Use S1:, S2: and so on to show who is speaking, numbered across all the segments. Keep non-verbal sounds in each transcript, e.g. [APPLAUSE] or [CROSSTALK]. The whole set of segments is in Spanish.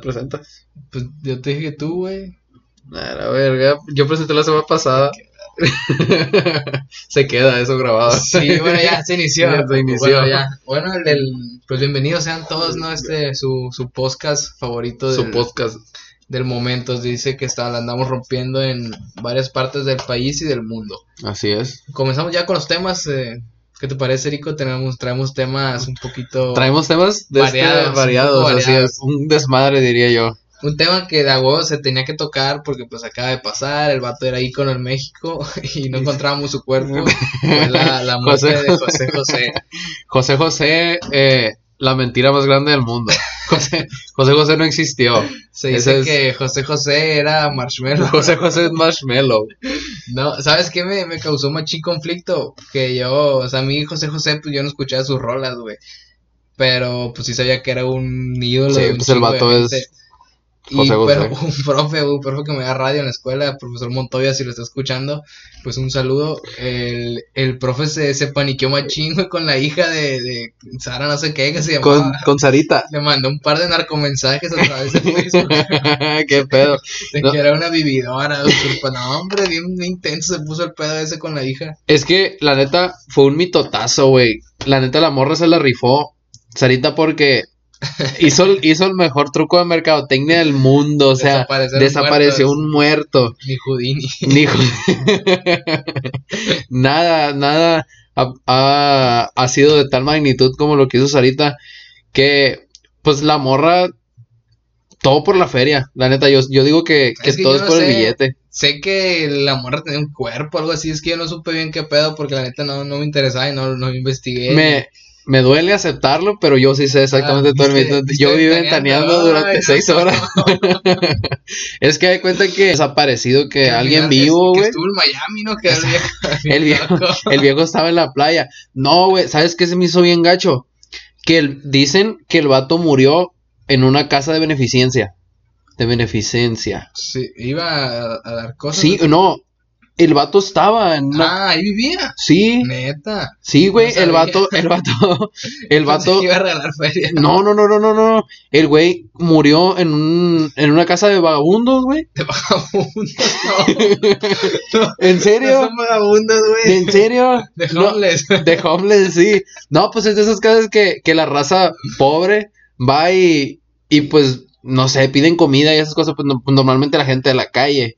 S1: presentas?
S2: Pues yo te dije que
S1: [LAUGHS]
S2: tú, güey.
S1: A la verga, yo presenté la semana pasada. [LAUGHS] Se queda eso grabado.
S2: Sí, bueno, ya se inició.
S1: Ya se inició.
S2: Bueno, ya. Bueno, el del- pues bienvenidos sean todos, ¿no? Este, su, su podcast favorito
S1: [LAUGHS] Su
S2: del,
S1: podcast.
S2: del momento. Dice que está, la andamos rompiendo en varias partes del país y del mundo.
S1: Así es.
S2: Comenzamos ya con los temas. eh, ¿Qué te parece, Rico? Tenemos, traemos temas un poquito...
S1: Traemos temas de este-
S2: Variados, un poco
S1: variados, así
S2: variados.
S1: es. Un desmadre, diría yo.
S2: Un tema que de a huevo se tenía que tocar porque pues acaba de pasar, el vato era ícono en México [LAUGHS] y no encontrábamos
S1: [LAUGHS]
S2: su cuerpo. Fue la, la muerte
S1: José-
S2: de José José.
S1: José José, eh, la mentira más grande del mundo. [LAUGHS] José José, José no existió.
S2: Se
S1: Ese
S2: dice
S1: es-
S2: que José José era Marshmallow.
S1: [LAUGHS] José José es marshmallow.
S2: No, ¿sabes qué me, me causó machín conflicto? Que yo, o sea, a mí José José, pues yo no escuchaba sus rolas, güey. Pero pues sí sabía que era un ídolo.
S1: Sí,
S2: de un
S1: pues, el
S2: chingo de
S1: vato es
S2: gente. Y
S1: José José.
S2: pero [LAUGHS] un profe, un profe que me da radio en la escuela, profesor Montoya, si lo está escuchando, pues un saludo. El, el profe se, se paniqueó machín, güey, con la hija de, de Sara, no sé qué, que se llamaba.
S1: Con, con Sarita. [LAUGHS]
S2: Le mandó un par de narcomensajes a través de Facebook.
S1: Qué pedo.
S2: De
S1: No.
S2: que era una vividora, usurpa- No, hombre, bien, bien intenso se puso el pedo ese con la hija.
S1: Es que la neta fue un mitotazo, güey. La neta la morra se la rifó. Sarita
S2: [LAUGHS]
S1: porque hizo, el- hizo el mejor truco de mercadotecnia del mundo. O sea,
S2: Desaparecer
S1: desapareció
S2: muertos.
S1: un muerto.
S2: [LAUGHS] Ni Houdini.
S1: Ni jo- [LAUGHS] nada, nada ha, ha- ha sido de tal magnitud como lo que hizo Sarita. Que pues la morra, todo por la feria. La neta, yo, yo digo que, que
S2: Es que
S1: todo
S2: yo
S1: es
S2: no
S1: por el
S2: sé.
S1: billete.
S2: Sé que la morra tenía un cuerpo, algo así. Es que yo no supe bien qué pedo porque la neta no, no me interesaba y no, no investigué.
S1: Me, eh, me duele aceptarlo, pero yo sí sé exactamente
S2: Ah,
S1: todo el
S2: viste-
S1: mito.
S2: viste
S1: Yo viví
S2: ventaneando.
S1: ventaneando durante
S2: Ay,
S1: seis
S2: no.
S1: horas. [LAUGHS] es que hay cuenta que desaparecido que
S2: Que
S1: alguien
S2: al final que-
S1: vivo,
S2: que
S1: güey.
S2: Estuvo en Miami, ¿no? Que el viejo.
S1: El viejo, [LAUGHS] el viejo estaba en la playa. No, güey, ¿sabes qué se me hizo bien gacho? Que el- dicen que el vato murió en una casa de beneficencia. De beneficencia.
S2: Sí, iba a, a dar cosas.
S1: Sí, no. El vato estaba en una-
S2: Ah, ahí vivía.
S1: Sí,
S2: Neta.
S1: sí, güey.
S2: no
S1: el
S2: sabía.
S1: vato, [LAUGHS] el vato, el
S2: Pensé
S1: vato.
S2: que iba a regalar feria.
S1: No, no, no, no, no, no. El güey murió en un, en una casa de vagabundos, güey.
S2: De [LAUGHS] vagabundos. No,
S1: ¿En
S2: no
S1: serio?
S2: son vagabundos, güey.
S1: ¿En serio?
S2: De
S1: No,
S2: homeless.
S1: de homeless, sí. No, pues es de esas casas que, que la raza pobre va y, y pues, no sé, piden comida y esas cosas, pues no- pues, normalmente la gente de la calle.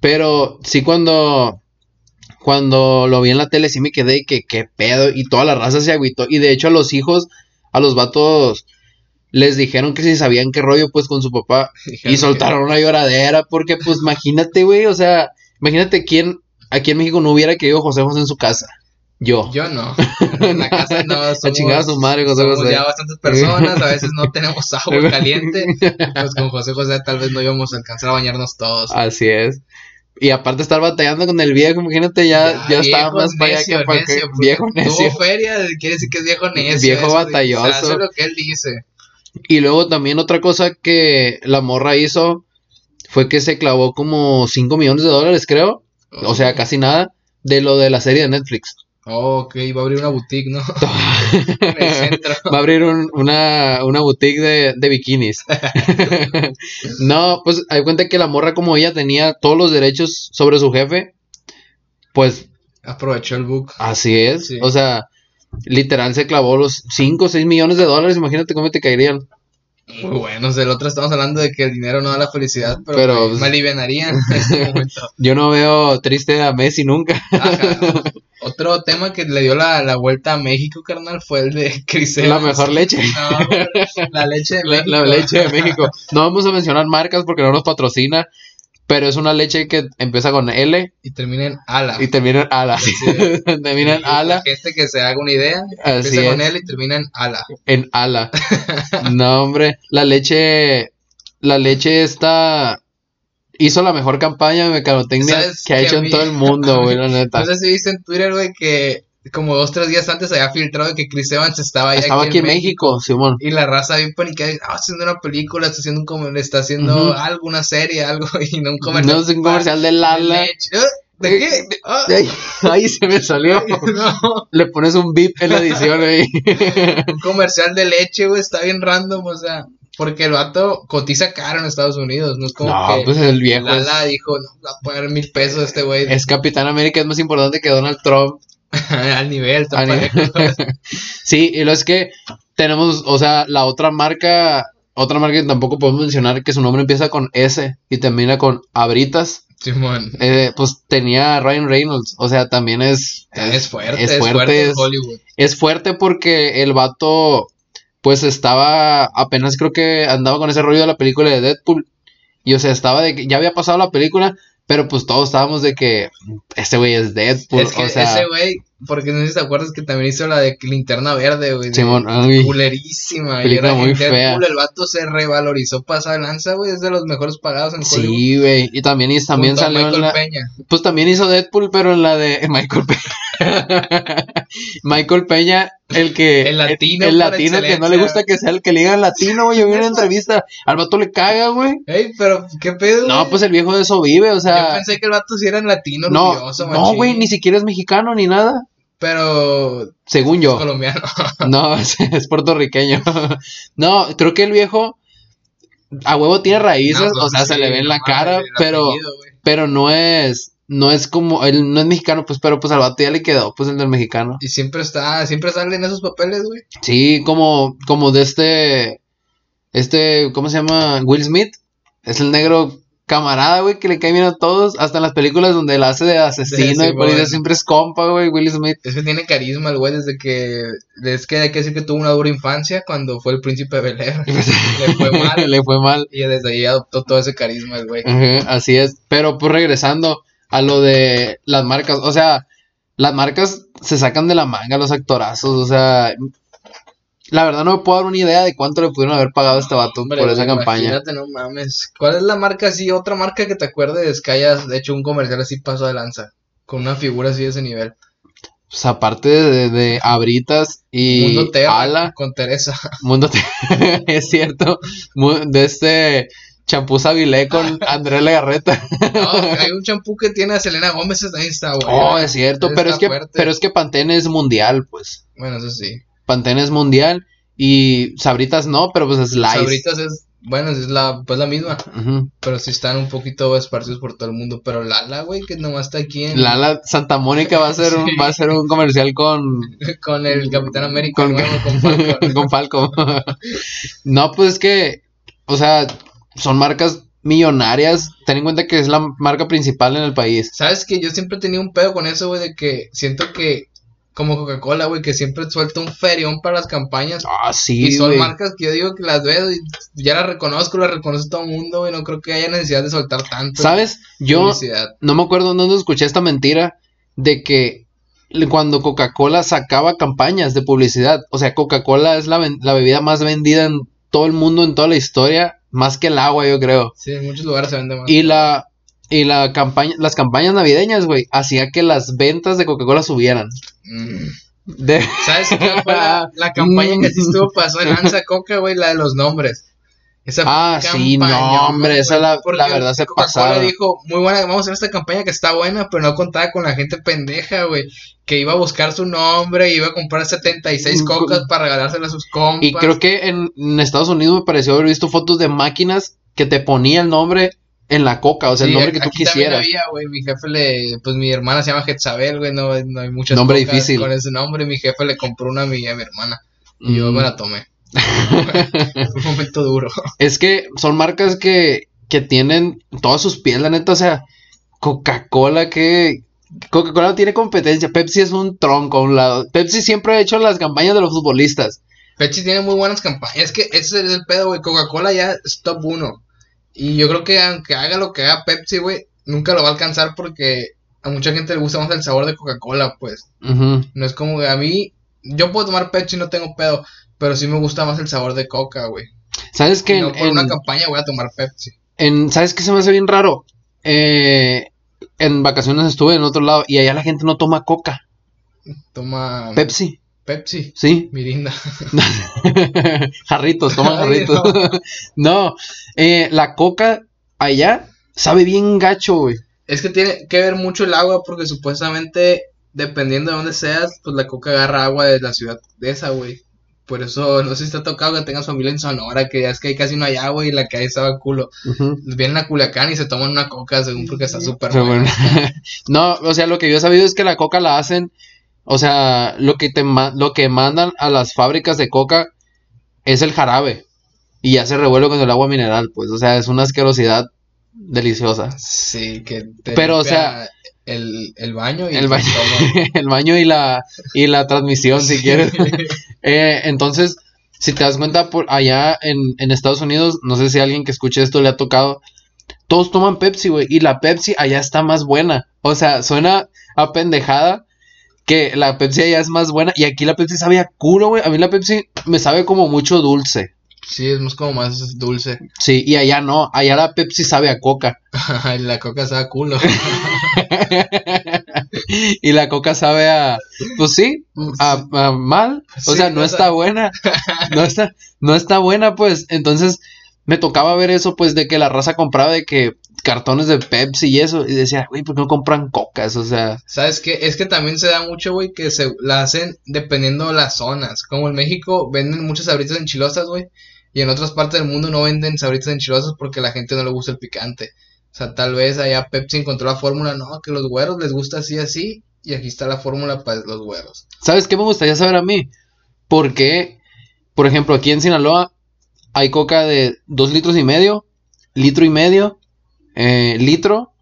S1: Pero sí cuando, cuando lo vi en la tele, sí me quedé y que qué pedo y toda la raza se agüitó. Y de hecho a los hijos, a los vatos, les dijeron que si sabían qué rollo, pues con su papá. Y soltaron una lloradera porque,
S2: [LAUGHS]
S1: pues, imagínate, güey, o sea, imagínate quién aquí en México no hubiera querido José José en su casa. Yo.
S2: Yo no. En la casa
S1: [LAUGHS]
S2: no.
S1: A
S2: somos-
S1: chingar a su madre, José
S2: somos
S1: José.
S2: ya bastantes personas, a veces
S1: [LAUGHS]
S2: no tenemos agua caliente. Pues con José José tal vez no íbamos a alcanzar a bañarnos todos.
S1: Así es. Y aparte estar batallando con el viejo, imagínate, ya, ya,
S2: viejo
S1: estaba más para allá
S2: necio,
S1: que para acá.
S2: necio, pues,
S1: Viejo necio.
S2: Tuvo feria, quiere decir que es viejo necio.
S1: Viejo
S2: eso,
S1: batalloso.
S2: o sea, Eso es lo que él dice.
S1: Y luego también otra cosa que la morra hizo fue que se clavó como 5 millones de dólares, creo. O sea, casi nada. De lo de la serie de Netflix.
S2: Oh, ok, va a abrir una boutique,
S1: [LAUGHS]
S2: ¿no? en el centro.
S1: Va a abrir un- una, una boutique de, de bikinis. [LAUGHS] no, pues hay cuenta que la morra, como ella tenía todos los derechos sobre su jefe, pues
S2: Aprovechó el book.
S1: así es.
S2: Sí.
S1: O sea, literal se clavó los 5 o 6 millones de dólares. Imagínate cómo te caerían.
S2: Muy bueno, o sea, el otro estamos hablando de que el dinero no da la felicidad, pero,
S1: Pero,
S2: pues,
S1: pues,
S2: me alivianaría en este momento.
S1: Yo no veo triste a Messi nunca. [LAUGHS]
S2: Ajá. Ah, Otro tema que le dio la, la vuelta a México, carnal, fue el de [LAUGHS] Crisel.
S1: la mejor leche.
S2: No, güey, la leche de
S1: La,
S2: México.
S1: la leche de México. No vamos a mencionar marcas porque no nos patrocina. Pero es una leche que empieza con L
S2: Y termina en ala.
S1: y termina en ala. [LAUGHS] termina en ala.
S2: La gente que se haga una idea,
S1: Así
S2: empieza
S1: es.
S2: con él y termina en ala.
S1: En ala. No, hombre. La leche. La leche está. Hizo la mejor campaña de mercadotecnia
S2: ¿Sabes
S1: que ha
S2: qué,
S1: hecho en
S2: mi-
S1: todo el mundo, güey, la neta.
S2: No sé si viste en Twitter, güey, que como dos, tres días antes había filtrado que Chris Evans estaba, ya
S1: Estaba aquí en México, Simón.
S2: Y la raza bien paniqueada, ah, está haciendo una película, está haciendo, un comer- está haciendo
S1: Ujú.
S2: algo, una serie, algo, [LAUGHS] y no un comercial.
S1: No es un comercial del
S2: de
S1: ala.
S2: leche. ¿Eh? ¿De qué? Ah, [LAUGHS]
S1: Ay, ahí se me salió.
S2: no,
S1: Le pones un beep en la edición ahí.
S2: un comercial de leche, güey, está bien random, o sea. Porque el vato cotiza caro en Estados Unidos, no es como
S1: No,
S2: que
S1: pues el viejo es,
S2: Lala dijo, no, va a pagar mil pesos a este güey
S1: es Capitán América, es más importante que Donald Trump.
S2: [LAUGHS] al [LAUGHS] nivel, tan
S1: A nivel-
S2: parejo.
S1: [LAUGHS] sí, y lo es que tenemos, o sea, la otra marca, otra marca que tampoco podemos mencionar, que su nombre empieza con S y termina con Abritas,
S2: Simón.
S1: eh, pues tenía a Ryan Reynolds, o sea, también es,
S2: Es fuerte,
S1: es
S2: es fuerte,
S1: fuerte, es-
S2: Hollywood.
S1: es fuerte porque el vato, pues estaba, apenas creo que andaba con ese rollo de la película de Deadpool. Y o sea, estaba de que ya había pasado la película, pero pues todos estábamos de que este güey es Deadpool.
S2: es que
S1: o sea,
S2: ese güey, porque no sé si te acuerdas que también hizo la de Linterna Verde, güey. de-
S1: Simón, ay,
S2: Culerísima. Y
S1: Película
S2: era
S1: muy
S2: en Deadpool,
S1: fea.
S2: el vato se revalorizó pasado de lanza, güey. Es de los mejores pagados en Hollywood.
S1: sí, güey. Y también, y también
S2: junto a
S1: salió en
S2: Michael
S1: la,
S2: Peña.
S1: Pues también hizo Deadpool, pero en la de [LAUGHS] en Michael Peña. Michael Peña, el que.
S2: El latino
S1: El,
S2: por
S1: latino que no le
S2: excelencia.
S1: gusta que sea el que le diga latino, güey. Yo vi una entrevista. Al vato le caga, güey.
S2: Ey, pero ¿qué pedo?
S1: No,
S2: güey?
S1: pues el viejo de eso vive, o
S2: Yo
S1: sea.
S2: pensé que el vato sí era latino,
S1: No,
S2: orgulloso,
S1: no,
S2: machín.
S1: güey, ni siquiera es mexicano ni nada.
S2: Pero es
S1: Según yo.
S2: colombiano.
S1: No, [LAUGHS] es, es puertorriqueño. No, creo que el viejo. A huevo tiene raíces,
S2: No,
S1: o sea,
S2: sí,
S1: se le ve en la
S2: no
S1: cara,
S2: mames, el
S1: pero.
S2: apellido, güey.
S1: Pero no es. No es como. Él no es mexicano, pues, pero pues al vato ya le quedó, pues, el del mexicano.
S2: Y siempre está, siempre salen esos papeles, güey.
S1: Sí, como, como de este, este, ¿cómo se llama? Will Smith. Es el negro camarada, güey, que le cae bien a todos. Hasta en las películas donde la hace de asesino y
S2: Simón.
S1: policía siempre es compa, güey, Will Smith.
S2: Es que tiene carisma el güey desde que. Es que hay que decir que tuvo una dura infancia cuando fue el príncipe de
S1: [LAUGHS]
S2: Bel Air. Le fue mal.
S1: le fue mal.
S2: Y desde ahí adoptó todo ese carisma el güey.
S1: Ujú, así es. Pero pues regresando a lo de las marcas, o sea, las marcas se sacan de la manga los actorazos, o sea, la verdad no me puedo dar una idea de cuánto le pudieron haber pagado a este vato
S2: Hombre,
S1: por esa
S2: güey,
S1: campaña.
S2: Imagínate, no mames. ¿Cuál es la marca así? Otra marca que te acuerdes que hayas hecho un comercial así paso de lanza. Con una figura así de ese nivel.
S1: Pues aparte de, de Abritas y
S2: Mundo Teo.
S1: Ala,
S2: Con Teresa.
S1: Mundo Teo, [LAUGHS] es cierto, mu- de este champú Sabilé
S2: [LAUGHS]
S1: con Andrés Legarreta.
S2: No, hay un champú que tiene a Selena Gómez. Ahí está, güey.
S1: Oh, es cierto,
S2: Está
S1: pero es que
S2: fuerte.
S1: pero es que Pantene es mundial, pues.
S2: Bueno, eso sí.
S1: Pantene es mundial y Sabritas no, pero pues es Lice.
S2: Sabritas es. Bueno, es la, pues la misma.
S1: Ujú.
S2: Pero sí están un poquito esparcidos por todo el mundo. Pero Lala, güey, que nomás está aquí en.
S1: Lala Santa Mónica va a hacer un,
S2: Sí.
S1: va a hacer un comercial con
S2: [LAUGHS] Con el Capitán
S1: [LAUGHS]
S2: América
S1: Con-
S2: nuevo, con Falcon.
S1: con Falco. [LAUGHS] no, pues es que, o sea, son marcas millonarias. Ten en cuenta que es la marca principal en el país.
S2: ¿Sabes que Yo siempre he tenido un pedo con eso, güey, de que siento que. Como Coca-Cola, güey, que siempre suelta un ferión para las campañas.
S1: Ah, sí,
S2: Y son
S1: güey.
S2: marcas que yo digo que las veo y ya las reconozco, las reconoce todo el mundo, güey. No creo que haya necesidad de soltar tanto.
S1: ¿Sabes? Yo
S2: pues, publicidad.
S1: no me acuerdo dónde escuché esta mentira de que le- cuando Coca-Cola sacaba campañas de publicidad, o sea, Coca-Cola es la, ven- la bebida más vendida en todo el mundo, en toda la historia, más que el agua, yo creo.
S2: Sí, en muchos lugares se vende más.
S1: Y la y la campaña, las campañas navideñas, güey, hacía que las ventas de Coca-Cola subieran.
S2: Mm.
S1: De-
S2: ¿Sabes cuál fue la,
S1: [LAUGHS]
S2: la campaña que sí estuvo pasó de lanza Coca, güey? La de los nombres. Esa
S1: Ah, sí, no, hombre, esa la-
S2: porque
S1: la verdad se
S2: Coca-Cola
S1: pasaron.
S2: dijo, muy buena, vamos a hacer esta campaña que está buena, pero no contaba con la gente pendeja, güey. Que iba a buscar su nombre, iba a comprar 76
S1: Mm,
S2: cocas para regalárselas a sus compas.
S1: y creo que en, en Estados Unidos me pareció haber visto fotos de máquinas que te ponía el nombre en la coca, o sea, el
S2: Sí,
S1: nombre que tú
S2: aquí también
S1: quisieras.
S2: había, güey, mi jefe le, pues mi hermana se llama Jezabel, güey, no, no hay muchas
S1: Nombre
S2: cocas
S1: difícil.
S2: con ese nombre, mi jefe le compró una a mi, a mi hermana, y yo
S1: Mm.
S2: me la tomé. [LAUGHS] Fue un momento duro.
S1: Es que son marcas que, que tienen todas sus pies, la neta, o sea, Coca-Cola que... Coca-Cola no tiene competencia, Pepsi es un tronco a un lado. Pepsi siempre ha hecho las campañas de los futbolistas.
S2: Pepsi tiene muy buenas campañas. Es que ese es el pedo, güey. Coca-Cola ya es top 1. Y yo creo que aunque haga lo que haga Pepsi, güey, nunca lo va a alcanzar porque a mucha gente le gusta más el sabor de Coca-Cola, pues.
S1: Ujú.
S2: No es como que a mí, yo puedo tomar Pepsi, no tengo pedo, pero sí me gusta más el sabor de Coca, güey.
S1: ¿Sabes que
S2: No
S1: en-
S2: por
S1: en-
S2: una campaña voy a tomar Pepsi.
S1: En, ¿Sabes qué se me hace bien raro? Eh, en vacaciones estuve en otro lado y allá la gente no toma coca,
S2: Toma
S1: Pepsi,
S2: Pepsi,
S1: sí. [LAUGHS]
S2: Mirinda.
S1: jarritos, toman
S2: Ay,
S1: jarritos. [LAUGHS] no, eh, la coca allá sabe bien gacho, güey.
S2: Es que tiene que ver mucho el agua porque supuestamente, dependiendo de dónde seas, pues la coca agarra agua de la ciudad de esa, güey. Por eso, no sé si te ha tocado que tengas familia en Sonora, que ya es que ahí casi no hay agua y la que hay estaba culo.
S1: Ujú.
S2: Vienen a Culiacán y se toman una coca, según porque está súper
S1: Pero
S2: buena.
S1: bueno. [LAUGHS] no, o sea, lo que yo he sabido es que la coca la hacen, o sea, lo que te ma- lo que mandan a las fábricas de coca es el jarabe y ya se revuelve con el agua mineral, pues, o sea, es una asquerosidad deliciosa.
S2: Sí, que te
S1: Pero, o
S2: limpia
S1: sea,
S2: el, el baño y
S1: El baño, [LAUGHS] el baño y la y la transmisión, si quieres. Eh, entonces, si te das cuenta, por allá en, en Estados Unidos, no sé si a alguien que escuche esto le ha tocado, todos toman Pepsi, güey, y la Pepsi allá está más buena. O sea, suena a pendejada que la Pepsi allá es más buena y aquí la Pepsi sabe a culo, güey. A mí la Pepsi me sabe como mucho dulce.
S2: [LAUGHS] Sí, es más como más dulce. [LAUGHS]
S1: Sí, y allá no, allá la Pepsi sabe a coca. [LAUGHS]
S2: Ay, la coca sabe a culo.
S1: y la coca sabe a, pues sí, a, a ah, mal, o
S2: Sí,
S1: sea, no
S2: o
S1: está
S2: sea.
S1: buena, no está, no está buena, pues, entonces me tocaba ver eso, pues, de que la raza compraba de que cartones de Pepsi y eso, y decía, güey, ¿por qué no compran cocas? O sea,
S2: ¿Sabes qué? Es que también se da mucho, güey, que se la hacen dependiendo de las zonas. Como en México venden muchas sabritas enchilosas, güey. Y en otras partes del mundo no venden sabritas enchilosas porque a la gente no le gusta el picante. O sea, tal vez allá Pepsi encontró la fórmula, no, que los güeros les gusta así, así. Y aquí está la fórmula para los güeros.
S1: ¿sabes qué me gustaría saber a mí? ¿Por qué, por ejemplo, aquí en Sinaloa hay coca de dos litros y medio, litro y medio, eh, litro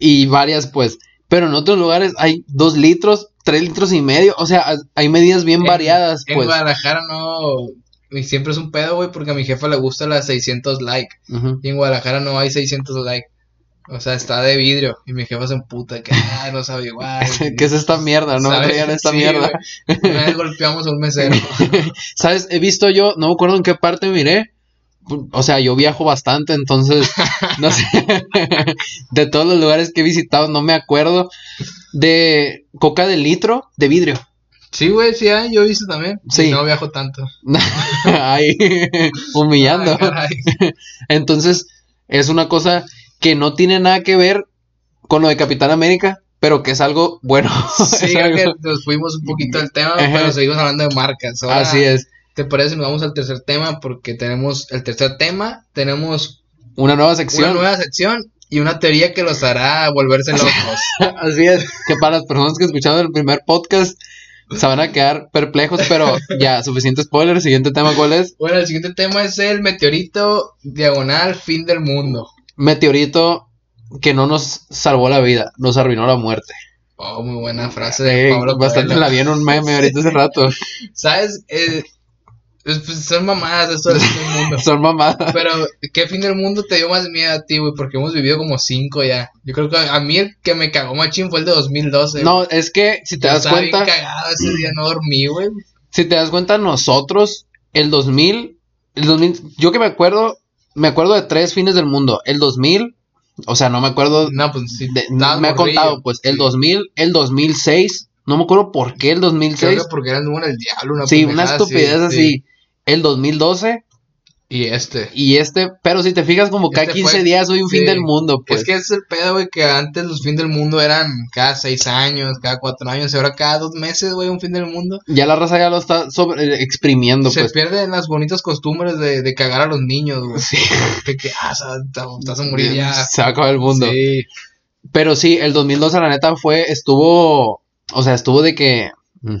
S1: y varias, pues. Pero en otros lugares hay dos litros, tres litros y medio. O sea, ha- hay medidas bien
S2: En-
S1: variadas,
S2: En
S1: pues.
S2: Guadalajara no. Y siempre es un pedo, güey, porque a mi jefa le gusta las 600 like.
S1: [LAUGHS] Ujú.
S2: Y en Guadalajara no hay 600 like. O sea, está de vidrio. Y mi jefa se emputa que, ah, no sabe igual.
S1: ¿Qué es esta mierda? No me
S2: ¿Sabes?
S1: traigan esta
S2: Sí,
S1: mierda.
S2: güey. Una vez golpeamos a
S1: [LAUGHS]
S2: un mesero.
S1: ¿Sabes? He visto yo, no me acuerdo en qué parte miré. O sea, yo viajo bastante,
S2: [LAUGHS]
S1: entonces, no sé, [LAUGHS] de todos los lugares que he visitado, no me acuerdo de coca de litro de vidrio. [LAUGHS]
S2: Sí, güey, sí, ah, yo he visto también.
S1: Sí.
S2: Y No viajo tanto.
S1: Ahí, [LAUGHS] humillando.
S2: Ay, Ah,
S1: [LAUGHS]
S2: caray.
S1: Entonces, es una cosa que no tiene nada que ver con lo de Capitán América, pero que es algo bueno. [LAUGHS]
S2: Sí,
S1: Es
S2: creo que
S1: algo-
S2: nos fuimos un poquito del tema,
S1: Ajá.
S2: pero seguimos hablando de marcas. Ahora,
S1: Así es.
S2: ¿Te parece? Nos vamos al tercer tema porque tenemos el tercer tema, tenemos
S1: Una nueva
S2: una
S1: sección.
S2: nueva sección y una teoría que los hará volverse locos.
S1: Así es, que para las personas que escucharon el primer podcast se van a quedar perplejos, pero ya, suficiente spoiler. Siguiente tema, ¿cuál es?
S2: Bueno, el siguiente tema es el meteorito diagonal fin del mundo.
S1: Meteorito que no nos salvó la vida, nos arruinó la muerte.
S2: Oh, muy buena frase de
S1: Eh,
S2: Pablo
S1: bastante
S2: Coelho.
S1: la vi en un meme ahorita hace rato. [LAUGHS]
S2: ¿Sabes? Eh, pues, pues, son mamadas esto del fin del mundo.
S1: Son mamadas.
S2: Pero, ¿qué fin del mundo te dio más miedo a ti, güey? Porque hemos vivido como cinco ya. Yo creo que a mí el que me cagó machín fue el de 2012. güey.
S1: No, es que si te
S2: Yo
S1: das
S2: estaba bien
S1: cuenta,
S2: cagado ese día, no dormí, güey.
S1: si te das cuenta, nosotros, el 2000, el 2000, yo que me acuerdo, me acuerdo de tres fines del mundo. El 2000, o sea, no me acuerdo
S2: No, pues sí.
S1: De-
S2: estabas
S1: me ha
S2: morrillo.
S1: contado, pues, el
S2: Sí.
S1: 2000, el 2006, no me acuerdo por qué el
S2: Creo
S1: 2006.
S2: que porque era el número del diablo, una
S1: pues, sí, una
S2: pendejada
S1: estupidez así.
S2: sí.
S1: El 2012
S2: Y este.
S1: y este, pero si te fijas, como cada
S2: Este
S1: 15
S2: fue-
S1: días soy un fin
S2: sí.
S1: del mundo, pues.
S2: Es que es el pedo, güey, que antes los fin del mundo eran cada seis años, cada cuatro años, y ahora cada dos meses, güey, un fin del mundo.
S1: Ya la raza ya lo está sobre, exprimiendo,
S2: Se
S1: pues.
S2: pierden las bonitas costumbres de, de cagar a los niños, güey. De que, ah, sa- te te vas a morir ya.
S1: Se va a acabar el mundo.
S2: Sí.
S1: Pero sí, el 2012, la neta, fue, estuvo, o sea, estuvo de que. mm,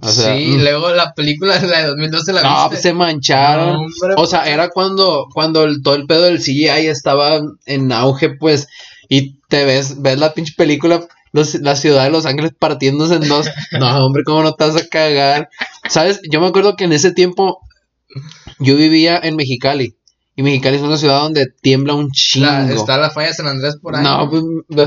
S1: o sea,
S2: sí,
S1: mm.
S2: luego la película, [LAUGHS] la de 2012, la
S1: No, pues,
S2: viste.
S1: se Oh, mancharon.
S2: No, hombre,
S1: O sea, era cuando, cuando el, todo el pedo del CGI estaba en auge, pues, y te ves, ves la pinche película, los- la ciudad de Los Ángeles partiéndose en dos. No, hombre, ¿cómo no te vas a cagar? ¿Sabes? Yo me acuerdo que en ese tiempo yo vivía en Mexicali. Y Mexicali es una ciudad donde tiembla un chingo.
S2: pues, la- está la falla de San Andrés por ahí.
S1: no, pues,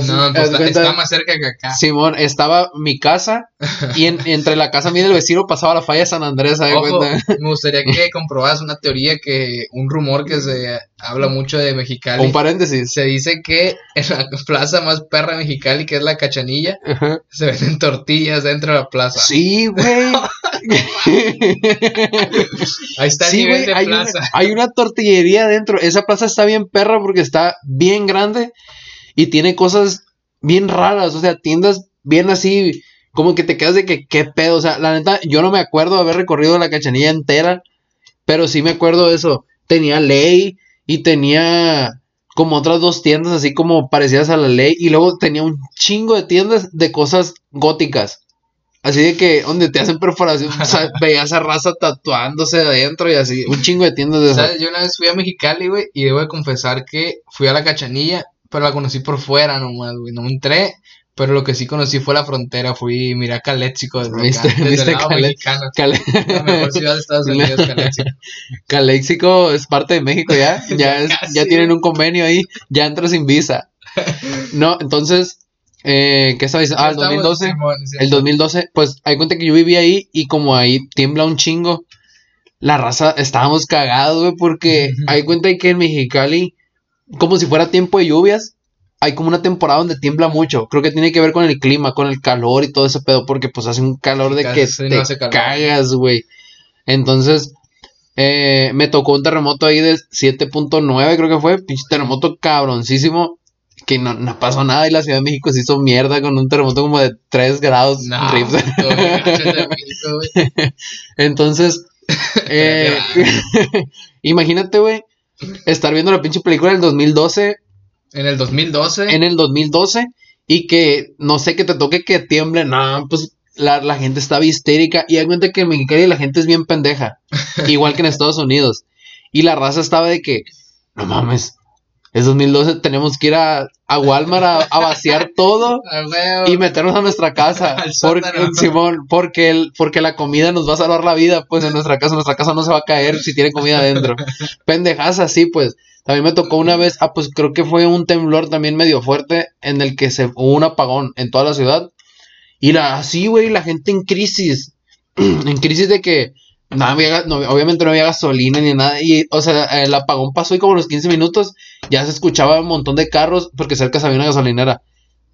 S2: No,
S1: haz
S2: pues, está,
S1: cuenta-
S2: está más cerca que acá.
S1: Simón, estaba mi casa y en- entre la casa mía y el vecino pasaba la falla San Andrés, ¿sabes?
S2: Ojo,
S1: cuenta?
S2: [LAUGHS] me gustaría que comprobaras una teoría que, un rumor que se habla mucho de Mexicali.
S1: Un paréntesis.
S2: se dice que en la plaza más perra de Mexicali, que es la Cachanilla,
S1: Ajá.
S2: se venden tortillas dentro de la plaza.
S1: Sí, güey.
S2: Ahí [LAUGHS] está el
S1: sí,
S2: nivel
S1: güey.
S2: de
S1: Hay una,
S2: plaza.
S1: hay una tortillería dentro. Esa plaza está bien perra porque está bien grande y tiene cosas bien raras. O sea, tiendas bien así como que te quedas de que qué pedo. O sea, la neta, yo no me acuerdo de haber recorrido la cachanilla entera, pero sí me acuerdo de eso. Tenía ley y tenía como otras dos tiendas así como parecidas a la ley y luego tenía un chingo de tiendas de cosas góticas. Así de que donde te hacen perforación, o
S2: [LAUGHS]
S1: sea, veías a raza tatuándose de adentro y así, un chingo de tiendas de esas.
S2: ¿Sabes? Yo una vez fui a Mexicali, güey, y debo de confesar que fui a la cachanilla, pero la conocí por fuera nomás, güey. No entré, pero lo que sí conocí fue la frontera. Fui, miré a Caléxico desde, acá,
S1: ¿Viste?
S2: desde
S1: ¿Viste
S2: el lado
S1: Cale-
S2: mexicano.
S1: Cale- [LAUGHS]
S2: La mejor ciudad de Estados Unidos, Caléxico.
S1: Caléxico es parte de México ya, ya, es-
S2: Casi.
S1: ya tienen un convenio ahí, ya entras sin visa. No, entonces, eh, ¿qué sabes? Ah, el
S2: Estamos,
S1: 2012.
S2: Simón, sí.
S1: El 2012, pues hay cuenta que yo vivía ahí y como ahí tiembla un chingo, la raza estábamos cagados, güey, porque hay cuenta que en Mexicali, como si fuera tiempo de lluvias, hay como una temporada donde tiembla mucho. Creo que tiene que ver con el clima, con el calor y todo ese pedo, porque pues hace un calor de
S2: Casi
S1: que
S2: sí, no
S1: te
S2: hace calor.
S1: cagas, güey. Entonces, eh, me tocó un terremoto ahí de 7.9, creo que fue, pinche terremoto cabroncísimo que no, no pasó nada y la Ciudad de México se hizo mierda con un terremoto como de 3 grados.
S2: No,
S1: Rips.
S2: todo gacho de México, güey.
S1: [LAUGHS] Entonces, eh, [LAUGHS] imagínate, güey, estar viendo la pinche película del 2012
S2: En el 2012.
S1: en el 2012 y que no sé, que te toque que tiemble, no, pues la, la gente estaba histérica y hay cuenta que en Mexicali la gente es bien pendeja, igual que en Estados Unidos. Y la raza estaba de que, no mames, es 2012, tenemos que ir a, a Walmart a- a vaciar todo
S2: Ah, güey, [LAUGHS]
S1: y meternos a nuestra casa
S2: Al
S1: porque
S2: sótano.
S1: Simón porque el, porque la comida nos va a salvar la vida pues en nuestra casa nuestra casa no se va a caer si tiene comida
S2: [LAUGHS]
S1: adentro pendejas así pues también me tocó una vez ah pues creo que fue un temblor también medio fuerte en el que se hubo un apagón en toda la ciudad y la así güey la gente en crisis [CLEARS THROAT] en crisis de que no había ga- no- obviamente no había gasolina ni nada y o sea el apagón pasó y como a los 15 minutos ya se escuchaba un montón de carros porque cerca se había una gasolinera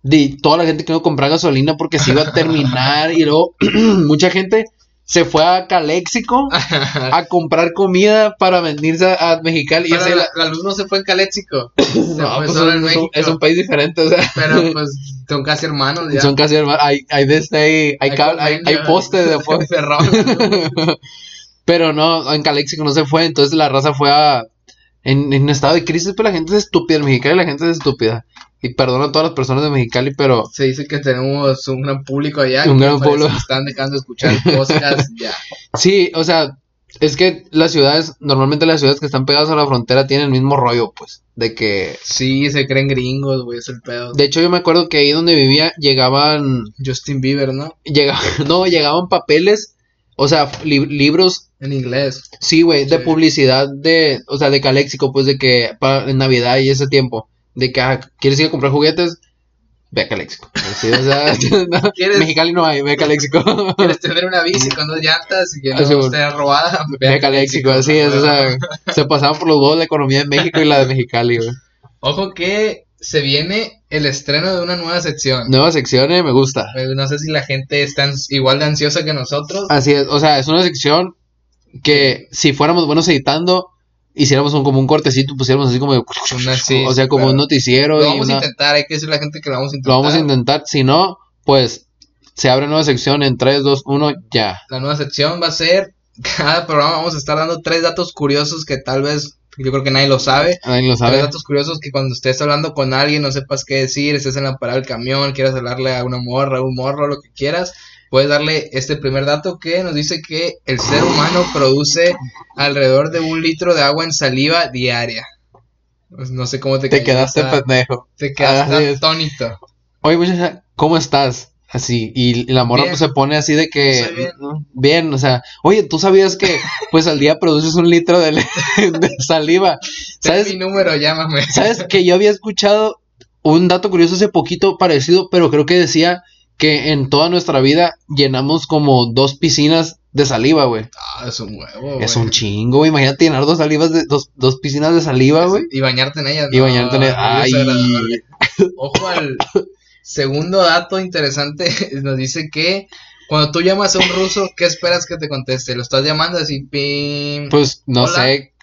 S1: de toda la gente que no compraba gasolina porque se iba a terminar y luego [CLEARS THROAT] mucha gente se fue a Caléxico a comprar comida para venirse a, a Mexicali y
S2: Pero
S1: así
S2: la, la luz no se fue en
S1: [LAUGHS]
S2: Caléxico. Se
S1: no,
S2: fue
S1: pues,
S2: solo en
S1: es, un,
S2: México.
S1: es un país diferente, o sea,
S2: Pero pues son casi hermanos [LAUGHS] ya.
S1: son casi hermanos, hay, hay de este, hay, hay, cable- hay, hay poste de
S2: [LAUGHS]
S1: fuego.
S2: Ferrón.
S1: [LAUGHS] Pero no, en Caléxico no se fue, entonces la raza fue a... En, en estado de crisis, pero la gente es estúpida, en Mexicali la gente es estúpida. Y perdona a todas las personas de Mexicali, pero
S2: Se dice que tenemos un gran público allá.
S1: Un
S2: que
S1: gran
S2: parece
S1: pueblo.
S2: que Están dejando
S1: [LAUGHS]
S2: de escuchar podcasts ya.
S1: Sí, o sea, es que las ciudades, normalmente las ciudades que están pegadas a la frontera tienen el mismo rollo, pues, de que...
S2: Sí, se creen gringos, güey, es el pedo.
S1: De hecho, yo me acuerdo que ahí donde vivía llegaban, [LAUGHS]
S2: Justin Bieber, ¿no?
S1: llega- no, llegaban papeles, o sea, li- libros,
S2: En inglés.
S1: sí, güey, de
S2: Sí.
S1: publicidad de, o sea, de Caléxico, pues, de que para en Navidad y ese tiempo, de que, ah, ¿quieres ir a comprar juguetes? Ve a Caléxico. Sí, o sea, [LAUGHS] no,
S2: ¿Quieres-
S1: Mexicali no hay, ve a Caléxico.
S2: ¿Quieres tener una bici con dos llantas y que no
S1: Ah, sí, bueno.
S2: esté robada?
S1: [LAUGHS] Ve a Caléxico, así es, o sea, se pasaban por los dos la economía de México y la de Mexicali, güey.
S2: Ojo que se viene el estreno de una nueva sección.
S1: Nuevas secciones, me gusta.
S2: Eh, No sé si la gente está ans- igual de ansiosa que nosotros.
S1: Así es, o sea, es una sección que si fuéramos buenos editando, hiciéramos un, como un cortecito, pusiéramos así como, de-
S2: Una sí,
S1: Ah, o sea, como
S2: pero
S1: un noticiero
S2: Lo
S1: y
S2: vamos
S1: una-
S2: a intentar, hay que decirle a la gente que lo vamos a intentar.
S1: lo vamos a intentar. Si no, pues se abre nueva sección en 3, 2, 1, ya.
S2: La nueva sección va a ser, [LAUGHS] cada programa vamos a estar dando tres datos curiosos que tal vez, yo creo que nadie lo sabe.
S1: Nadie lo
S2: Tres
S1: sabe.
S2: datos curiosos que cuando estés hablando con alguien no sepas qué decir, estés en la parada del camión, quieras hablarle a una morra, a un morro, lo que quieras, puedes darle este primer dato que nos dice que el ser humano produce alrededor de un litro de agua en saliva diaria. Pues no sé cómo te,
S1: Te
S2: cayó
S1: quedaste
S2: esa-
S1: pendejo.
S2: Te quedaste
S1: Así es.
S2: atónito.
S1: Oye, muchacha, ¿cómo estás? Así, y la morra
S2: Bien.
S1: pues, se pone así de que,
S2: Estoy bien.
S1: bien. o sea, oye, tú sabías que, pues al día produces un litro de, [LAUGHS] de saliva.
S2: Ten
S1: ¿Sabes?
S2: mi número, llámame.
S1: ¿Sabes que yo había escuchado un dato curioso hace poquito parecido, pero creo que decía que en toda nuestra vida llenamos como dos piscinas de saliva, güey.
S2: Ah, es un huevo.
S1: Es
S2: güey.
S1: un chingo, güey. Imagínate llenar dos salivas de dos, dos piscinas de saliva, güey.
S2: Y bañarte en ellas.
S1: Y
S2: no,
S1: bañarte en el-
S2: es
S1: Ay.
S2: desagradable. Ojo al segundo dato interesante. [LAUGHS] Nos dice que cuando tú llamas a un ruso, ¿qué esperas que te conteste? Lo estás llamando así, pim.
S1: Pues no
S2: Hola.
S1: sé.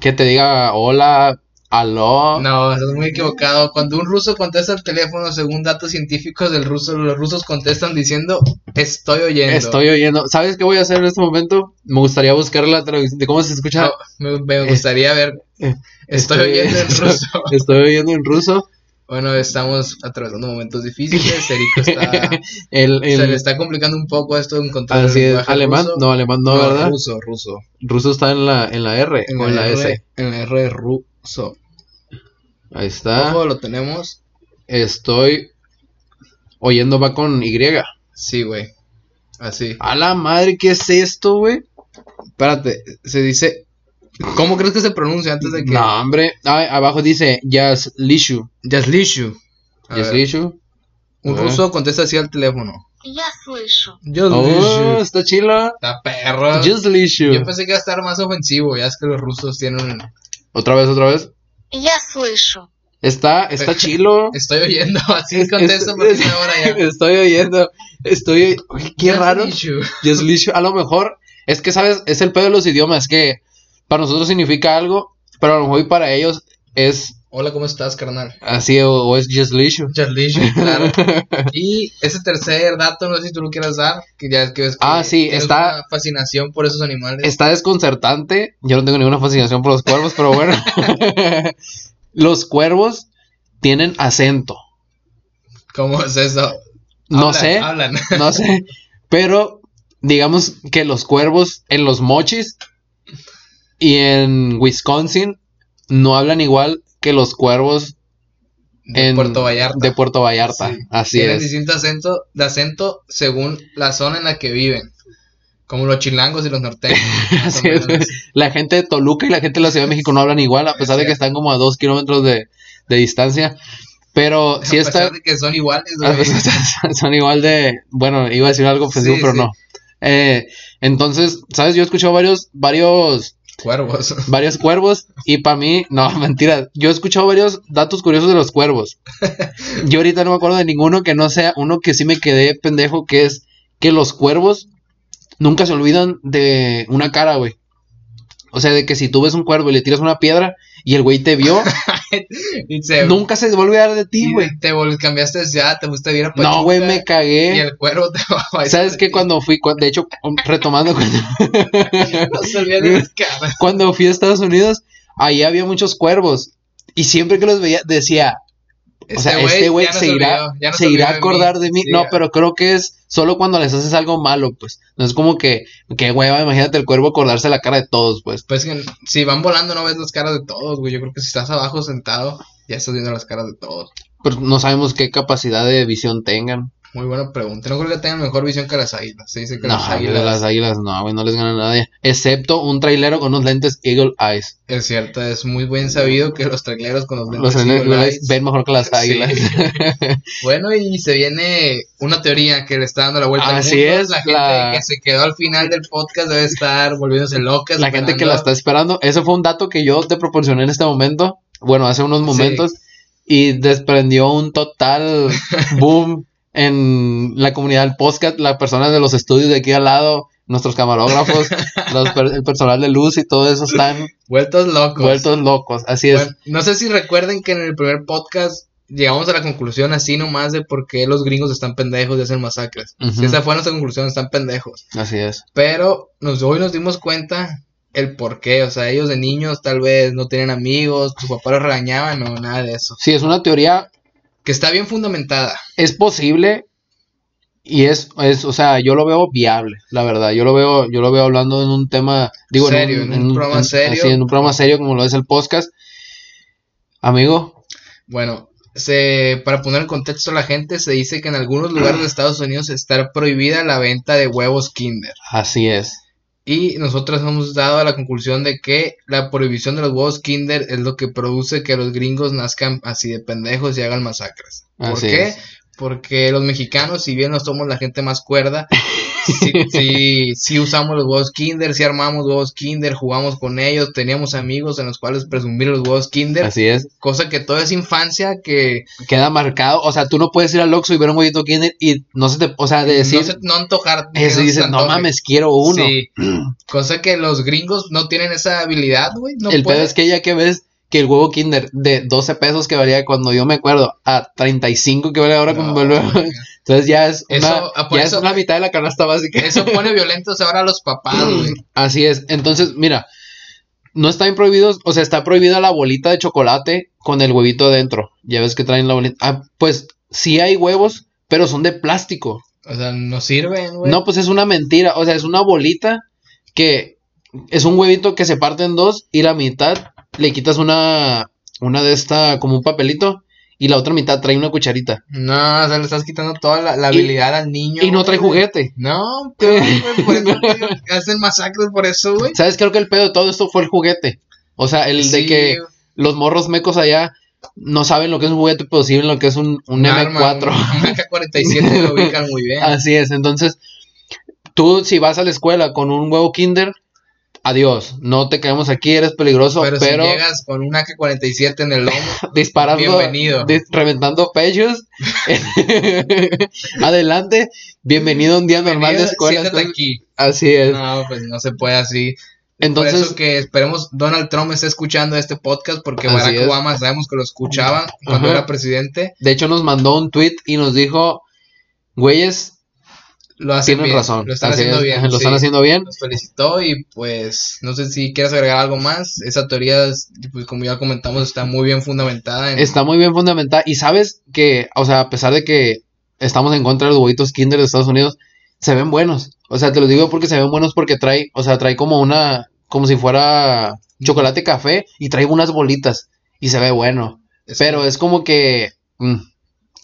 S1: Que te diga hola, Aló.
S2: No, estás muy equivocado. Cuando un ruso contesta el teléfono, según datos científicos del ruso, los rusos contestan diciendo estoy oyendo.
S1: Estoy oyendo. ¿Sabes qué voy a hacer en este momento? Me gustaría buscar la traducción de cómo se escucha.
S2: No, me, me gustaría ver.
S1: eh,
S2: Estoy
S1: [LAUGHS]
S2: oyendo en ruso.
S1: Estoy oyendo en ruso.
S2: Bueno, estamos atravesando momentos difíciles. Erico está.
S1: El, [LAUGHS] el-
S2: Se le está complicando un poco esto de encontrar el
S1: así Ah, es.
S2: lenguaje
S1: Alemán.
S2: ruso.
S1: No, alemán no, ¿verdad?
S2: Ruso, ruso.
S1: Ruso está en la, en la R o en la
S2: R,
S1: S.
S2: En la R ruso.
S1: Ahí está.
S2: Ojo, lo tenemos.
S1: Estoy oyendo va con Y.
S2: Sí, güey. Así.
S1: A la madre, ¿qué es esto, güey?
S2: Espérate, se dice. ¿Cómo crees que se pronuncia antes de que.?
S1: No, hombre. Ah, abajo dice Yaslishu.
S2: Yaslishu. A ver,
S1: Yaslishu.
S2: Un
S1: Ah.
S2: ruso contesta así al teléfono.
S3: Я слышу.
S1: Oh, está chila.
S2: Está perro. Ah. Yo
S1: Yaslishu.
S2: pensé que iba a estar más ofensivo. Ya es que los rusos tienen.
S1: Otra vez, otra vez.
S3: Я слышу.
S1: Está, está
S2: [LAUGHS]
S1: chilo.
S2: Estoy oyendo. [LAUGHS] Así
S1: Es-
S2: contesto
S1: es-
S2: por
S1: es-
S2: una hora ya.
S1: [LAUGHS] Estoy oyendo. Estoy. Uy, qué raro.
S2: Yaslishu.
S1: Yaslishu. A lo mejor. Es que, ¿sabes? Es el pedo de los idiomas. Que para nosotros significa algo. Pero a lo mejor para ellos es
S2: Hola, ¿cómo estás, carnal?
S1: así o, o es Yaslishu.
S2: Yaslishu, claro. y ese tercer dato, no sé si tú lo quieras dar. Que ya es que ves que
S1: Ah, sí,
S2: tienes
S1: está-
S2: una fascinación por esos
S1: [LAUGHS]
S2: animales.
S1: Está desconcertante. Yo no tengo ninguna fascinación por los cuervos, pero bueno. [LAUGHS] los cuervos tienen acento.
S2: ¿Cómo es eso?
S1: No
S2: Hablan,
S1: sé,
S2: Hablan.
S1: [LAUGHS] no sé. Pero digamos que los cuervos en los mochis y en Wisconsin no hablan igual que los cuervos
S2: De
S1: en
S2: Puerto Vallarta.
S1: De Puerto Vallarta.
S2: Sí.
S1: Así
S2: tienen
S1: es.
S2: distinto acento, de acento según la zona en la que viven. Como los chilangos y los
S1: [LAUGHS]
S2: norteños. más o
S1: Así es.
S2: menos.
S1: [LAUGHS] La gente de Toluca y la gente de la Ciudad de México no hablan igual, a pesar de que
S2: cierto.
S1: están como a dos kilómetros de, de distancia. Pero sí
S2: a
S1: está. Ah, pues,
S2: pesar de que son iguales,
S1: A
S2: güey.
S1: veces [LAUGHS] son igual de. Bueno, iba a decir algo ofensivo,
S2: Sí,
S1: pero
S2: sí.
S1: no. Eh, entonces, ¿sabes? Yo he escuchado varios, varios,
S2: [LAUGHS]
S1: [LAUGHS]
S2: Cuervos.
S1: varios cuervos y para mí, no, [LAUGHS] mentira. Yo he escuchado varios datos curiosos de los
S2: [LAUGHS]
S1: cuervos. Yo ahorita no me acuerdo de ninguno que no sea uno que sí me quedé pendejo, que es que los cuervos nunca se olvidan de una cara, güey. O sea, de que si tú ves un cuervo y le tiras una piedra y el güey te
S2: [LAUGHS]
S1: vio,
S2: Y se-
S1: nunca se vuelve a olvidar de ti,
S2: y
S1: güey.
S2: Te vol- cambiaste de ciudad, te gusta ir a Pachuca,
S1: No, güey, me cagué.
S2: Pues Y el cuervo te va a [LAUGHS]
S1: ¿Sabes qué? Cuando fui, cu- de hecho, um, retomando, [LAUGHS] cuando,
S2: No se
S1: [LAUGHS]
S2: olvida de las caras.
S1: cuando fui a Estados Unidos, ahí había muchos cuervos. Y siempre que los veía, decía, o sea, este güey
S2: ya no
S1: se irá,
S2: olvidó, ya no
S1: se
S2: se
S1: irá a
S2: olvidó mí.
S1: acordar de mí.
S2: Sí,
S1: no,
S2: ya.
S1: pero creo que es solo cuando les haces algo malo, pues. No es como que, que hueva, imagínate el cuervo acordarse la cara de todos, pues.
S2: Pues que si van volando no ves las caras de todos, güey. Yo creo que si estás abajo sentado, ya estás viendo las caras de todos.
S1: Pero no sabemos qué capacidad de visión tengan.
S2: Muy buena pregunta. No creo que tengan mejor visión que las águilas. Se dice que
S1: No,
S2: las
S1: güey,
S2: águilas.
S1: las águilas no, güey, no les gana a nadie. Excepto un trailero con unos lentes Eagle Eyes.
S2: Es cierto, es muy bien sabido que los traileros con los
S1: Los
S2: lentes
S1: Eagle
S2: Eagle
S1: Eyes
S2: Eyes-
S1: ven mejor que las
S2: Sí.
S1: águilas.
S2: Bueno, y se viene una teoría que le está dando la vuelta. al
S1: Así
S2: mundo.
S1: es,
S2: La gente
S1: la-
S2: que se quedó al final del podcast debe estar volviéndose loca.
S1: la gente que la está esperando. Eso fue un dato que yo te proporcioné en este momento, bueno, hace unos momentos, y desprendió un total boom en la comunidad del podcast, las personas de los estudios de aquí al lado, nuestros camarógrafos, los per- el personal de luz y todo eso están
S2: Vueltos locos.
S1: vueltos locos. Así es.
S2: Bueno, no sé si recuerden que en el primer podcast llegamos a la conclusión así nomás de por qué los gringos están pendejos y hacen masacres.
S1: Ujú.
S2: Esa fue nuestra conclusión, están pendejos.
S1: Así es.
S2: Pero nos, hoy nos dimos cuenta el por qué. O sea, ellos de niños tal vez no tenían amigos, sus papás los regañaban o nada de eso.
S1: Sí, es una teoría,
S2: Que está bien fundamentada.
S1: es posible y es, es, o sea, yo lo veo viable, la verdad. Yo lo veo, yo lo veo hablando en un tema, digo,
S2: Serio, en un programa serio.
S1: así, en un programa serio como lo es el podcast. Amigo,
S2: Bueno, se, para poner en contexto a la gente, se dice que en algunos lugares de Estados Unidos está prohibida la venta de huevos Kinder.
S1: así es.
S2: Y nosotros hemos dado a la conclusión de que la prohibición de los huevos Kinder es lo que produce que los gringos nazcan así de pendejos y hagan masacres. ¿Por
S1: Así
S2: qué?
S1: es.
S2: Porque los mexicanos, si bien no somos la gente más
S1: [LAUGHS]
S2: cuerda, sí, sí- sí usamos los huevos Kinder, sí armamos huevos Kinder, jugamos con ellos, teníamos amigos en los cuales presumir los huevos Kinder,
S1: Así es.
S2: cosa que toda esa infancia que
S1: Queda marcado, o sea, tú no puedes ir al Oxxo y ver un huevito Kinder y no se te, o sea, de decir,
S2: no, se- no antojar. que
S1: eso
S2: se
S1: dices,
S2: te
S1: no
S2: antoje".
S1: mames, quiero uno. [CLEARS THROAT]
S2: Sí, cosa que los gringos no tienen esa habilidad, güey. No
S1: el pedo
S2: pueden-
S1: es que ya que ves que el huevo Kinder de 12 pesos que valía cuando yo me acuerdo a 35 que vale ahora
S2: No,
S1: como vuelve. Entonces ya es una,
S2: Eso, ah, por
S1: ya
S2: eso-
S1: es la mitad de la canasta básica.
S2: Eso pone violentos ahora a los papás,
S1: Mm.
S2: güey.
S1: [LAUGHS] Así es. Entonces, mira, no están prohibidos, o sea, está prohibida la bolita de chocolate con el huevito adentro. Ya ves que traen la bolita. Ah, pues sí hay huevos, pero son de plástico.
S2: O sea, no sirven, güey.
S1: No, pues es una mentira. O sea, es una bolita que es un huevito que se parte en dos y la mitad le quitas una, una de esta como un papelito y la otra mitad trae una cucharita.
S2: No, o sea, le estás quitando toda la, la
S1: Y-
S2: habilidad al niño.
S1: Y no trae
S2: güey.
S1: juguete.
S2: No, pero, güey, por eso te- hacen masacres por eso, güey.
S1: ¿Sabes? Creo que el pedo de todo esto fue el juguete. O sea, el de
S2: Sí,
S1: que... los morros mecos allá no saben lo que es un juguete, pero sí saben lo que es un, un
S2: un arma,
S1: M4.
S2: Un un AK-47 lo ubican muy
S1: [LAUGHS]
S2: bien.
S1: Así es, entonces, tú si vas a la escuela con un huevo kinder, adiós, no te quedamos aquí, eres peligroso,
S2: pero,
S1: pero,
S2: si llegas con un AK-47 en
S1: [LAUGHS]
S2: el lomo,
S1: disparando,
S2: bienvenido.
S1: dis- reventando
S2: [LAUGHS]
S1: pechos, adelante, bienvenido a un día normal de
S2: bienvenido,
S1: escuela.
S2: siéntate
S1: entonces-
S2: aquí.
S1: así es,
S2: No, pues no se puede así. Por
S1: entonces,
S2: eso que esperemos Donald Trump esté escuchando este podcast porque
S1: Así
S2: Barack
S1: es.
S2: Obama sabemos que lo escuchaba cuando
S1: Ajá.
S2: era presidente.
S1: de hecho nos mandó un tweet y nos dijo, güeyes,
S2: Lo hacen
S1: tienen
S2: bien,
S1: razón,
S2: Lo están
S1: así
S2: haciendo
S1: es,
S2: bien.
S1: lo
S2: sí.
S1: están haciendo bien.
S2: Nos felicitó y pues no sé si quieres agregar algo más. Esa teoría, es, pues como ya comentamos, está muy bien fundamentada. En...
S1: Está muy bien fundamentada. Y sabes que, o sea, a pesar de que estamos en contra de los huevitos Kinder de Estados Unidos, se ven buenos. O sea, te lo digo porque se ven buenos porque trae, o sea, trae como una, como si fuera chocolate café y trae unas bolitas y se ve bueno.
S2: Es-
S1: Pero es como que, mm,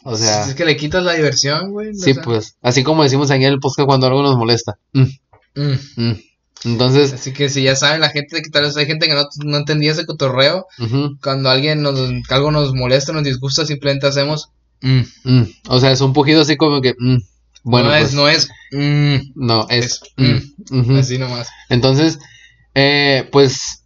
S1: o sea,
S2: es que le quitas la diversión, güey. o
S1: sí,
S2: sea.
S1: pues, así como decimos aquí en el podcast cuando algo nos molesta. Mm,
S2: Mm.
S1: mm. Entonces,
S2: Así que si ya saben la gente, que tal vez hay gente que no, no entendía ese cotorreo,
S1: ujú,
S2: cuando alguien nos, algo nos molesta, nos disgusta, simplemente hacemos... mm.
S1: mm. o sea, es un pujido así como que, mm. bueno,
S2: no
S1: pues,
S2: es, no es... mm,
S1: no, es,
S2: es, mm.
S1: mm, ujú.
S2: Así nomás.
S1: Entonces, eh, pues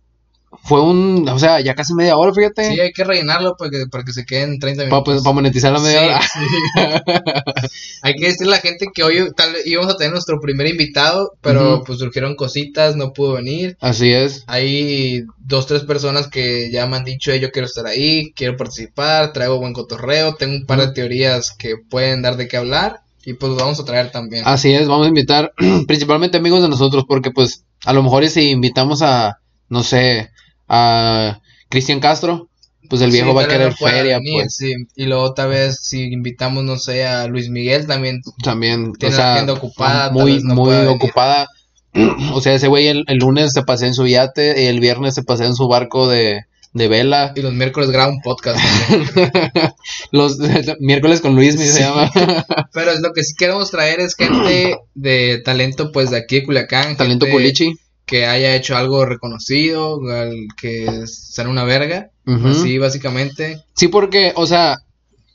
S1: fue un, o sea, ya casi media hora, fíjate.
S2: Sí, hay que rellenarlo para que, para que se queden 30
S1: para
S2: minutos.
S1: monetizar la media
S2: Sí,
S1: hora. [LAUGHS]
S2: sí. [LAUGHS] Hay que decirle a la gente que hoy tal vez íbamos a tener nuestro primer invitado, pero
S1: Ujú.
S2: pues surgieron cositas, no pudo venir.
S1: Así es.
S2: Hay dos, tres personas que ya me han dicho, "Eh, yo quiero estar ahí, quiero participar, traigo buen cotorreo, tengo un par de teorías que pueden dar de qué hablar y pues los vamos a traer también.
S1: Así es, vamos a invitar [CLEARS THROAT] principalmente amigos de nosotros, porque pues a lo mejor y si invitamos a, no sé, a Cristian Castro, pues el viejo
S2: Sí,
S1: va a
S2: tal vez
S1: querer
S2: no pueda
S1: feria,
S2: venir,
S1: pues
S2: sí. Y luego tal vez si invitamos, no sé, a Luis Miguel también.
S1: también,
S2: Tiene
S1: o
S2: la
S1: sea,
S2: agenda ocupada, tal
S1: muy,
S2: vez no
S1: muy
S2: pueda venir.
S1: ocupada. [CLEARS THROAT] O sea, ese güey el, el lunes se pasea en su yate, el viernes se pasea en su barco de, de vela.
S2: Y los miércoles graba un podcast también.
S1: [LAUGHS] Los miércoles con Luis se
S2: Sí. [LAUGHS]
S1: llama.
S2: Pero es lo que sí queremos traer es
S1: [CLEARS THROAT]
S2: gente de talento, pues de aquí de Culiacán.
S1: Talento
S2: gente
S1: Culichi.
S2: Que haya hecho algo reconocido, al que sean una verga.
S1: Ujú.
S2: Así, básicamente.
S1: Sí, porque, o sea,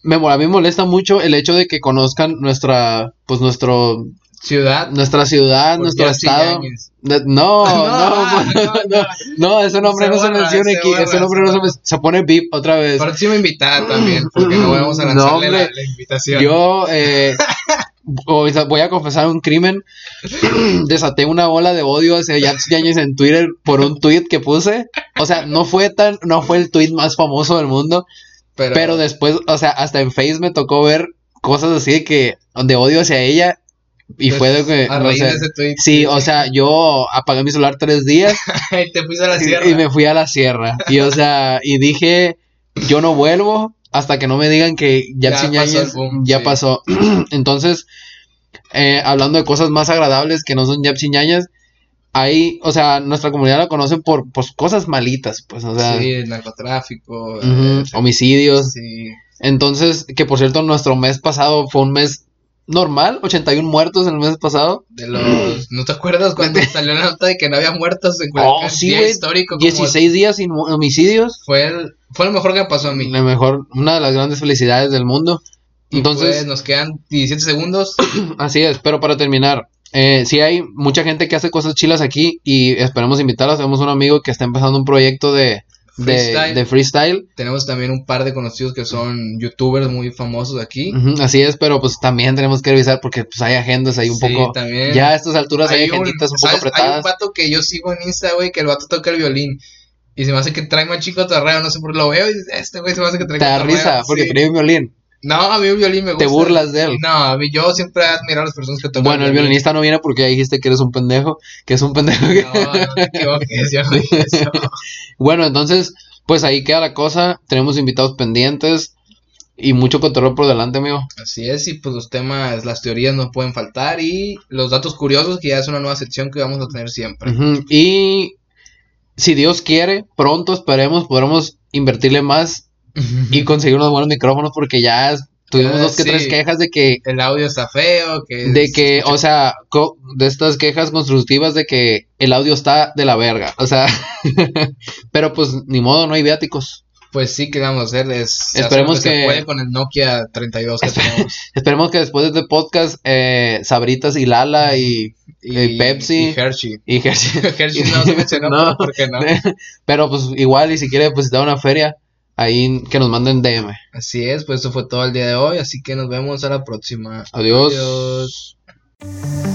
S1: me, a mí me molesta mucho el hecho de que conozcan nuestra, pues nuestro,
S2: Ciudad.
S1: nuestra ciudad,
S2: por
S1: nuestro
S2: Jeff
S1: estado.
S2: Sillanes.
S1: De-
S2: [LAUGHS]
S1: no, no, [LAUGHS]
S2: no, no, [LAUGHS] no.
S1: no, ese nombre
S2: Se
S1: no se
S2: borra,
S1: menciona
S2: se
S1: aquí, ese
S2: borra,
S1: nombre
S2: se
S1: no se
S2: borra.
S1: men- se pone VIP otra vez.
S2: Próxima invitada
S1: [CLEARS THROAT]
S2: también, porque no vamos a
S1: No,
S2: lanzarle la,
S1: hombre.
S2: la invitación.
S1: Yo eh, voy a- voy a confesar un crimen. [CLEARS THROAT] Desaté una ola de odio hacia Jax Yañez en Twitter por un tweet que puse. O sea, no fue tan, no fue el tweet más famoso del mundo,
S2: pero,
S1: Pero después, o sea, hasta en Face me tocó ver cosas así de que, de odio hacia ella. Y
S2: pues,
S1: fue de que,
S2: A
S1: no
S2: raíz
S1: sé.
S2: de ese tweet. [LAUGHS]
S1: sí, o sea, yo apagué mi celular tres días
S2: te fuiste a [LAUGHS] la sierra.
S1: y, y me fui a la sierra. Y o sea, y dije, yo no vuelvo hasta que no me digan que
S2: Ya
S1: Jackson
S2: pasó el
S1: Yáñez
S2: boom,
S1: ya
S2: sí.
S1: pasó. [CLEARS THROAT] Entonces, eh, hablando de cosas más agradables que no son Jackson Yáñez, ahí, o sea, nuestra comunidad la conocen por, por cosas malitas, pues, o sea,
S2: sí, el narcotráfico.
S1: ujú,
S2: eh,
S1: homicidios,
S2: sí.
S1: entonces, que por cierto, nuestro mes pasado fue un mes normal, 81 muertos en el mes pasado. [CLEARS THROAT]
S2: De los. ¿No te acuerdas cuando salió la nota de que no había muertos en Culiacán?
S1: Oh, sí,
S2: Día
S1: güey.
S2: histórico. como-
S1: 16 días sin mu- homicidios.
S2: Fue, el, fue lo mejor que pasó a mí.
S1: La mejor, una de las grandes felicidades del mundo.
S2: Y pues,
S1: Entonces,
S2: nos quedan 17 segundos.
S1: así es, pero para terminar, eh, sí hay mucha gente que hace cosas chilas aquí y esperamos invitarlas. Tenemos un amigo que está empezando un proyecto de, de-
S2: Freestyle.
S1: de freestyle.
S2: Tenemos también un par de conocidos que son youtubers muy famosos aquí.
S1: Ujú, así es, pero pues también tenemos que revisar porque pues hay agendas ahí un
S2: Sí,
S1: poco...
S2: también.
S1: Ya a estas alturas hay,
S2: un-
S1: agentitas un poco
S2: ¿sabes? Hay un
S1: apretadas.
S2: vato que yo sigo en Insta, güey, que el vato toca el violín. Y se me hace que trae más chico torreo, no sé por qué lo veo y dices, este güey se me hace que trae
S1: Te da
S2: cotorreo",
S1: risa porque
S2: sí.
S1: trae un violín.
S2: No, a mí el violín me gusta.
S1: Te burlas de él.
S2: No, a mí yo siempre he admirado a las personas que tocan
S1: Bueno, el violinista no viene porque ya dijiste que eres un pendejo, que es un [LAUGHS] pendejo. que-
S2: No, no te equivoques, yo no dije eso.
S1: Bueno, entonces, pues ahí queda la cosa. Tenemos invitados pendientes y mucho control por delante, amigo.
S2: Así es, y pues los temas, las teorías no pueden faltar y los datos curiosos que ya es una nueva sección que vamos a tener siempre.
S1: Ujú, Y si Dios quiere, pronto esperemos podremos invertirle más y conseguir unos buenos micrófonos porque ya tuvimos
S2: Ah,
S1: dos que
S2: sí.
S1: tres quejas de que
S2: El audio está feo, que es-
S1: de que, o sea, co- de estas quejas constructivas de que el audio está de la verga, o sea, [LAUGHS] pero pues ni modo, no hay viáticos.
S2: pues sí que vamos a hacer es hacer
S1: Esperemos
S2: lo se
S1: que-
S2: puede con el Nokia 32
S1: [LAUGHS]
S2: que tenemos
S1: Esperemos que después de este podcast, eh, Sabritas y Lala y, [LAUGHS]
S2: y,
S1: El Pepsi.
S2: y Hershey. [LAUGHS]
S1: y Hershey-
S2: Hershey no se mencionó,
S1: No.
S2: pero ¿por qué no?
S1: [LAUGHS] pero pues igual, y si quiere depositar una feria, ahí que nos manden DM.
S2: Así es, pues eso fue todo el día de hoy, así que nos vemos a la próxima.
S1: Adiós.
S2: Adiós.